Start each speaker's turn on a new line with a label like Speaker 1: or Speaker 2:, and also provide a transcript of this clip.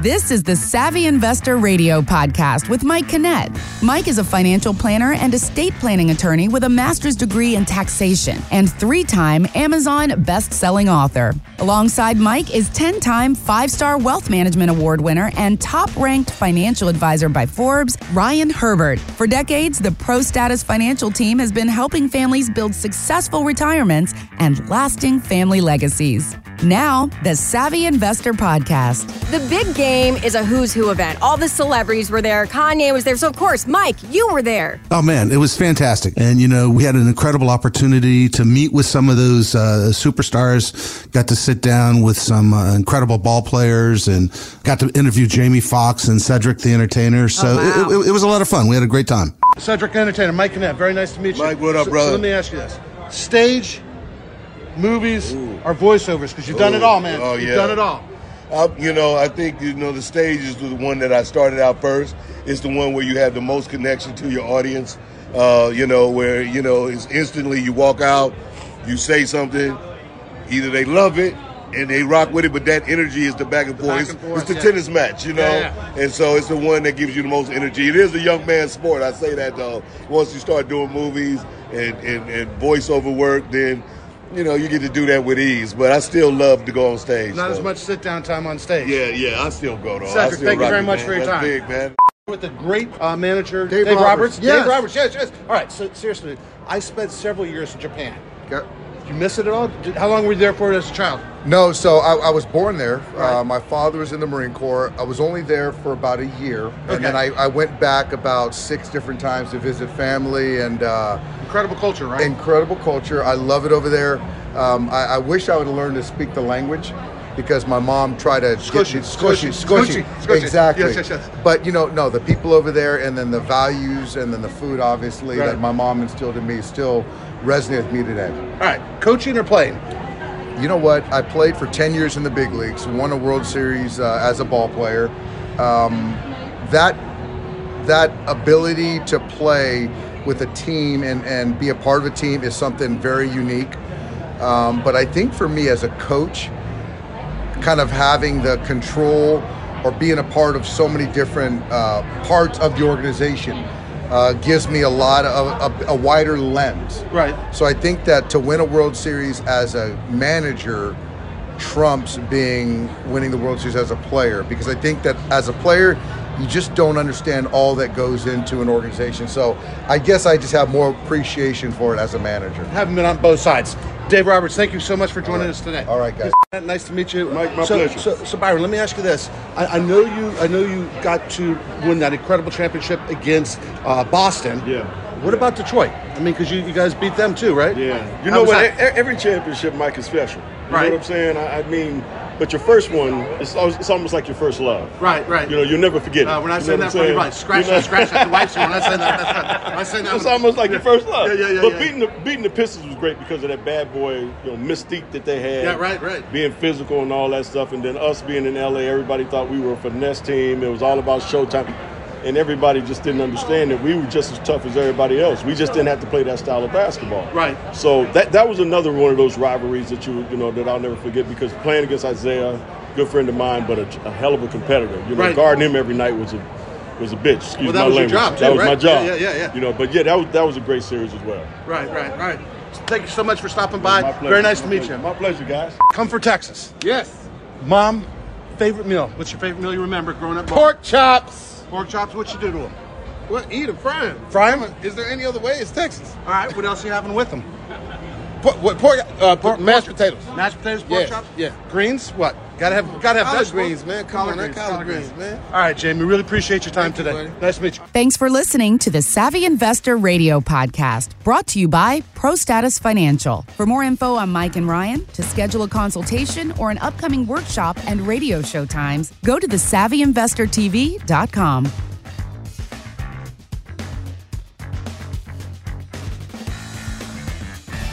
Speaker 1: This is the Savvy Investor Radio podcast with Mike Kinnett. Mike is a financial planner and estate planning attorney with a master's degree in taxation and three time Amazon best selling author. Alongside Mike is 10 time five star wealth management award winner and top ranked financial advisor by Forbes, Ryan Herbert. For decades, the Pro Status Financial team has been helping families build successful retirements and lasting family legacies. Now, the Savvy Investor Podcast.
Speaker 2: The big game is a who's who event. All the celebrities were there. Kanye was there. So, of course, Mike, you were there.
Speaker 3: Oh man, it was fantastic, and you know we had an incredible opportunity to meet with some of those uh, superstars. Got to sit down with some uh, incredible ball players, and got to interview Jamie Foxx and Cedric the Entertainer. So
Speaker 2: wow.
Speaker 3: it, it, it was a lot of fun. We had a great time.
Speaker 4: Cedric Entertainer, Mike Knapp, very nice to meet you.
Speaker 5: Mike, what up,
Speaker 4: so,
Speaker 5: brother?
Speaker 4: So let me ask you this: stage, movies, or voiceovers? Because you've done it all, man.
Speaker 5: Oh,
Speaker 4: You've
Speaker 5: yeah.
Speaker 4: done it all.
Speaker 5: Uh, you know, I think you know the stage is the one that I started out first. It's the one where you have the most connection to your audience. Uh, you know, where you know it's instantly you walk out, you say something, either they love it and they rock with it, but that energy is the back and forth.
Speaker 4: back
Speaker 5: it's,
Speaker 4: and forth,
Speaker 5: it's the
Speaker 4: yeah.
Speaker 5: tennis match, you know,
Speaker 4: Yeah,
Speaker 5: and so it's the one that gives you the most energy. It is a young man's sport. I say that though. Once you start doing movies and and, and voiceover work, then. You know, you get to do that with ease, but I still love to go on stage.
Speaker 4: Not as
Speaker 5: though.
Speaker 4: much sit down time on stage.
Speaker 5: Yeah, yeah, I still go to. I
Speaker 4: Cedric,
Speaker 5: still
Speaker 4: thank you
Speaker 5: rock
Speaker 4: very
Speaker 5: it,
Speaker 4: much
Speaker 5: man.
Speaker 4: for your
Speaker 5: That's
Speaker 4: time.
Speaker 5: big, man.
Speaker 4: With the great uh, manager,
Speaker 6: Dave Roberts.
Speaker 4: Yes.
Speaker 6: Dave Roberts. Yes, yes. All right. So seriously, I spent several years in Japan.
Speaker 4: Did you miss it at all? Did- how long were you there for as a child?
Speaker 6: No, so I, I was born there. Uh, my father was in the Marine Corps. I was only there for about a year,
Speaker 4: Okay.
Speaker 6: and then I, I went back about six different times to visit family and. Uh,
Speaker 4: Incredible culture, right?
Speaker 6: incredible culture. I love it over there. Um, I, I wish I would have learned to speak the language because my mom tried to
Speaker 4: Squishy,
Speaker 6: get me- squishy,
Speaker 4: squishy,
Speaker 6: squishy,
Speaker 4: squishy, squishy.
Speaker 6: exactly.
Speaker 4: Yes, yes, yes.
Speaker 6: But you know, no, the people over there, and then the values, and then the food, obviously,
Speaker 4: Right.
Speaker 6: that my mom instilled in me, still resonate with me today.
Speaker 4: all right, coaching or playing?
Speaker 6: You know what? I played for ten years in the big leagues, won a World Series uh, as a ball player. Um, that that ability to play with a team and, and be a part of a team is something very unique. Um, but I think for me as a coach, kind of having the control or being a part of so many different uh, parts of the organization uh, gives me a lot of a, a wider lens.
Speaker 4: Right.
Speaker 6: So I think that to win a World Series as a manager trumps being winning the World Series as a player because I think that as a player you just don't understand all that goes into an organization. So I guess I just have more appreciation for it as a manager.
Speaker 4: Haven't been on both sides. Dave Roberts, thank you so much for joining us today.
Speaker 6: All right, guys.
Speaker 4: Nice to meet you,
Speaker 5: Mike, my
Speaker 4: so,
Speaker 5: pleasure.
Speaker 4: So, so Byron, let me ask you this: I, I know you, I know you got to win that incredible championship against uh, Boston.
Speaker 5: Yeah.
Speaker 4: What about Detroit? I mean, because you, you guys beat them too, right?
Speaker 5: You
Speaker 4: How
Speaker 5: know
Speaker 4: was
Speaker 5: what?
Speaker 4: that?
Speaker 5: E- Every championship, Mike, is special. You
Speaker 4: Right.
Speaker 5: know what I'm saying? I, I mean, but your first one, it's, al- it's almost like your first love.
Speaker 4: Right, right. Uh,
Speaker 5: You know, you'll never forget
Speaker 4: No,
Speaker 5: it.
Speaker 4: we're not
Speaker 5: You
Speaker 4: saying
Speaker 5: know
Speaker 4: that for
Speaker 5: what I'm
Speaker 4: anybody. Scratch
Speaker 5: You
Speaker 4: that,
Speaker 5: know?
Speaker 4: scratch that. The wife's one. I'm not saying that. That's not, I'm not saying that.
Speaker 5: It's almost like your first love.
Speaker 4: Yeah, yeah, yeah.
Speaker 5: But
Speaker 4: yeah.
Speaker 5: beating the beating the Pistons was great because of that bad boy, you know, mystique that they had.
Speaker 4: Yeah, right, right.
Speaker 5: Being physical and all that stuff, and then us being in LA, everybody thought we were a finesse team. It was all about showtime, and everybody just didn't understand that we were just as tough as everybody else. We just didn't have to play that style of basketball.
Speaker 4: Right.
Speaker 5: So that that was another one of those rivalries that you you know that I'll never forget because playing against Isaiah, good friend of mine, but a, a hell of a competitor. You know,
Speaker 4: Right.
Speaker 5: guarding him every night was a was a bitch. Excuse
Speaker 4: Well, that
Speaker 5: my
Speaker 4: was your
Speaker 5: language.
Speaker 4: job, too,
Speaker 5: that was
Speaker 4: right?
Speaker 5: my job.
Speaker 4: Yeah, yeah, yeah, yeah.
Speaker 5: You know, but yeah, that was that was a great series as well.
Speaker 4: Right, right, right. Thank you so much for stopping by.
Speaker 5: My pleasure.
Speaker 4: Very nice to
Speaker 5: My
Speaker 4: meet
Speaker 5: pleasure.
Speaker 4: you.
Speaker 5: My pleasure, guys.
Speaker 4: Come for Texas.
Speaker 7: Yes.
Speaker 4: Mom, favorite meal. What's your favorite meal you remember growing up? Mom?
Speaker 7: Pork chops.
Speaker 4: Pork chops. What you do to them?
Speaker 7: Well, eat them, fry 'em.
Speaker 4: Fry 'em?
Speaker 7: Is there any other way? It's Texas.
Speaker 4: All right. What else you having with them?
Speaker 7: Por- what, pork, uh,
Speaker 4: Pork-
Speaker 7: mashed
Speaker 4: pork-
Speaker 7: potatoes.
Speaker 4: Mashed potatoes, pork
Speaker 7: Yeah,
Speaker 4: chops?
Speaker 7: yeah.
Speaker 4: Greens? What? Gotta have gotta have
Speaker 7: Collard
Speaker 4: vegetables.
Speaker 7: greens, man. Come on, that collard greens, man.
Speaker 4: All right, Jamie. Really appreciate your time
Speaker 7: Thank you,
Speaker 4: today.
Speaker 7: buddy.
Speaker 4: nice to meet you.
Speaker 1: Thanks for listening to the Savvy Investor Radio podcast, brought to you by ProStatus Financial. For more info on Mike and Ryan, to schedule a consultation or an upcoming workshop and radio show times, go to thesavvyinvestortv.com.